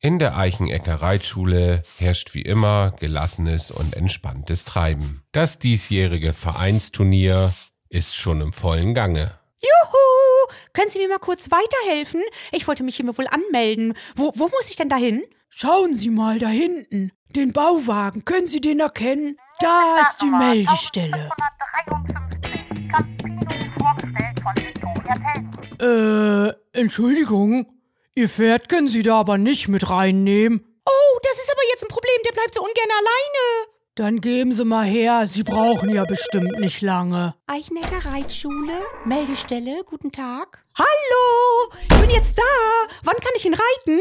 In der Eichenecker Reitschule herrscht wie immer gelassenes und entspanntes Treiben. Das diesjährige Vereinsturnier ist schon im vollen Gange. Juhu! Können Sie mir mal kurz weiterhelfen? Ich wollte mich hier mal wohl anmelden. Wo, wo muss ich denn da hin? Schauen Sie mal da hinten. Den Bauwagen, können Sie den erkennen? Da ist die Meldestelle. Äh, Entschuldigung. Ihr Pferd können Sie da aber nicht mit reinnehmen. Oh, das ist aber jetzt ein Problem. Der bleibt so ungern alleine. Dann geben Sie mal her. Sie brauchen ja bestimmt nicht lange. Eichnecker Reitschule, Meldestelle, guten Tag. Hallo, ich bin jetzt da. Wann kann ich ihn reiten?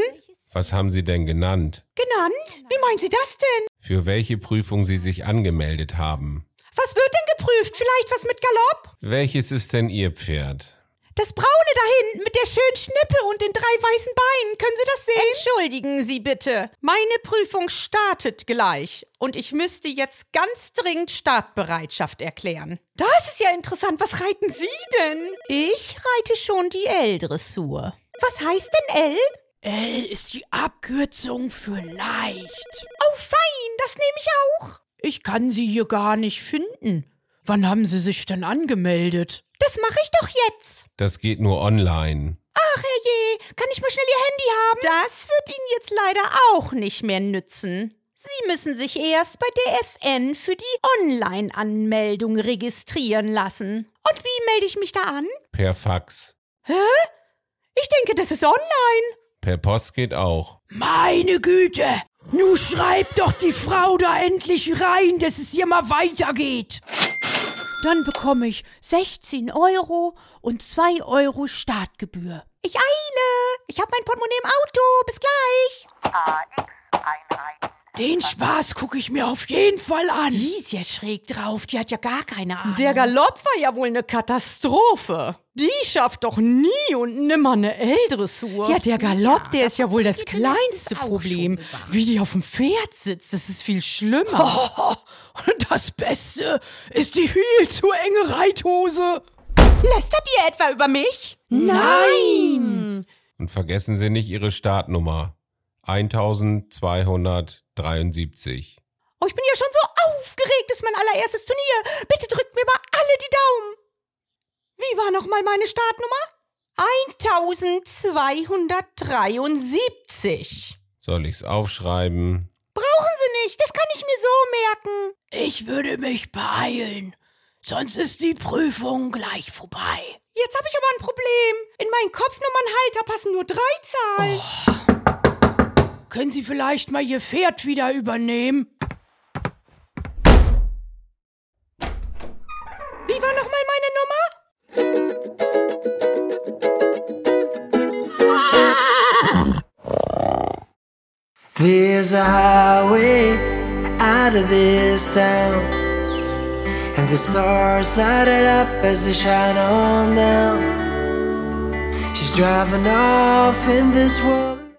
Was haben Sie denn genannt? Genannt? Wie meinen Sie das denn? Für welche Prüfung Sie sich angemeldet haben? Was wird denn geprüft? Vielleicht was mit Galopp? Welches ist denn Ihr Pferd? Das braune da hinten mit der schönen Schnippe und den drei weißen Beinen. Können Sie das sehen? Entschuldigen Sie bitte. Meine Prüfung startet gleich und ich müsste jetzt ganz dringend Startbereitschaft erklären. Das ist ja interessant. Was reiten Sie denn? Ich reite schon die L-Dressur. Was heißt denn L? L ist die Abkürzung für leicht. Oh, fein. Das nehme ich auch. Ich kann Sie hier gar nicht finden. Wann haben Sie sich denn angemeldet? Das mache ich doch jetzt. Das geht nur online. Ach herrje, kann ich mal schnell Ihr Handy haben? Das wird Ihnen jetzt leider auch nicht mehr nützen. Sie müssen sich erst bei der FN für die Online-Anmeldung registrieren lassen. Und wie melde ich mich da an? Per Fax. Hä? Ich denke, das ist online. Per Post geht auch. Meine Güte! Nu schreibt doch die Frau da endlich rein, dass es hier mal weitergeht. Dann bekomme ich 16 Euro und 2 Euro Startgebühr. Ich eile. Ich habe mein Portemonnaie im Auto. Bis gleich. Den Spaß gucke ich mir auf jeden Fall an. Die ist ja schräg drauf. Die hat ja gar keine Ahnung. Der Galopp war ja wohl eine Katastrophe. Die schafft doch nie und nimmer eine L-Dressur. Ja, der Galopp, ja, der ist ja wohl das kleinste Problem. Wie die auf dem Pferd sitzt, das ist viel schlimmer. Oh, das Beste ist die viel zu enge Reithose. Lästert ihr etwa über mich? Nein! Und vergessen Sie nicht Ihre Startnummer. 1273. Oh, ich bin ja schon so aufgeregt. Das ist mein allererstes Turnier. Bitte drückt mir mal alle die Daumen. Wie war nochmal meine Startnummer? 1273. Soll ich's aufschreiben? Brauchen Sie nicht. Das kann ich mir so merken. Ich würde mich beeilen. Sonst ist die Prüfung gleich vorbei. Jetzt habe ich aber ein Problem. In meinen Kopfnummernhalter passen nur drei Zahlen. Oh. Können Sie vielleicht mal Ihr Pferd wieder übernehmen? Wie war nochmal meine Nummer? There's a highway out of this town, and the stars light it up as they shine on down. She's driving off in this world.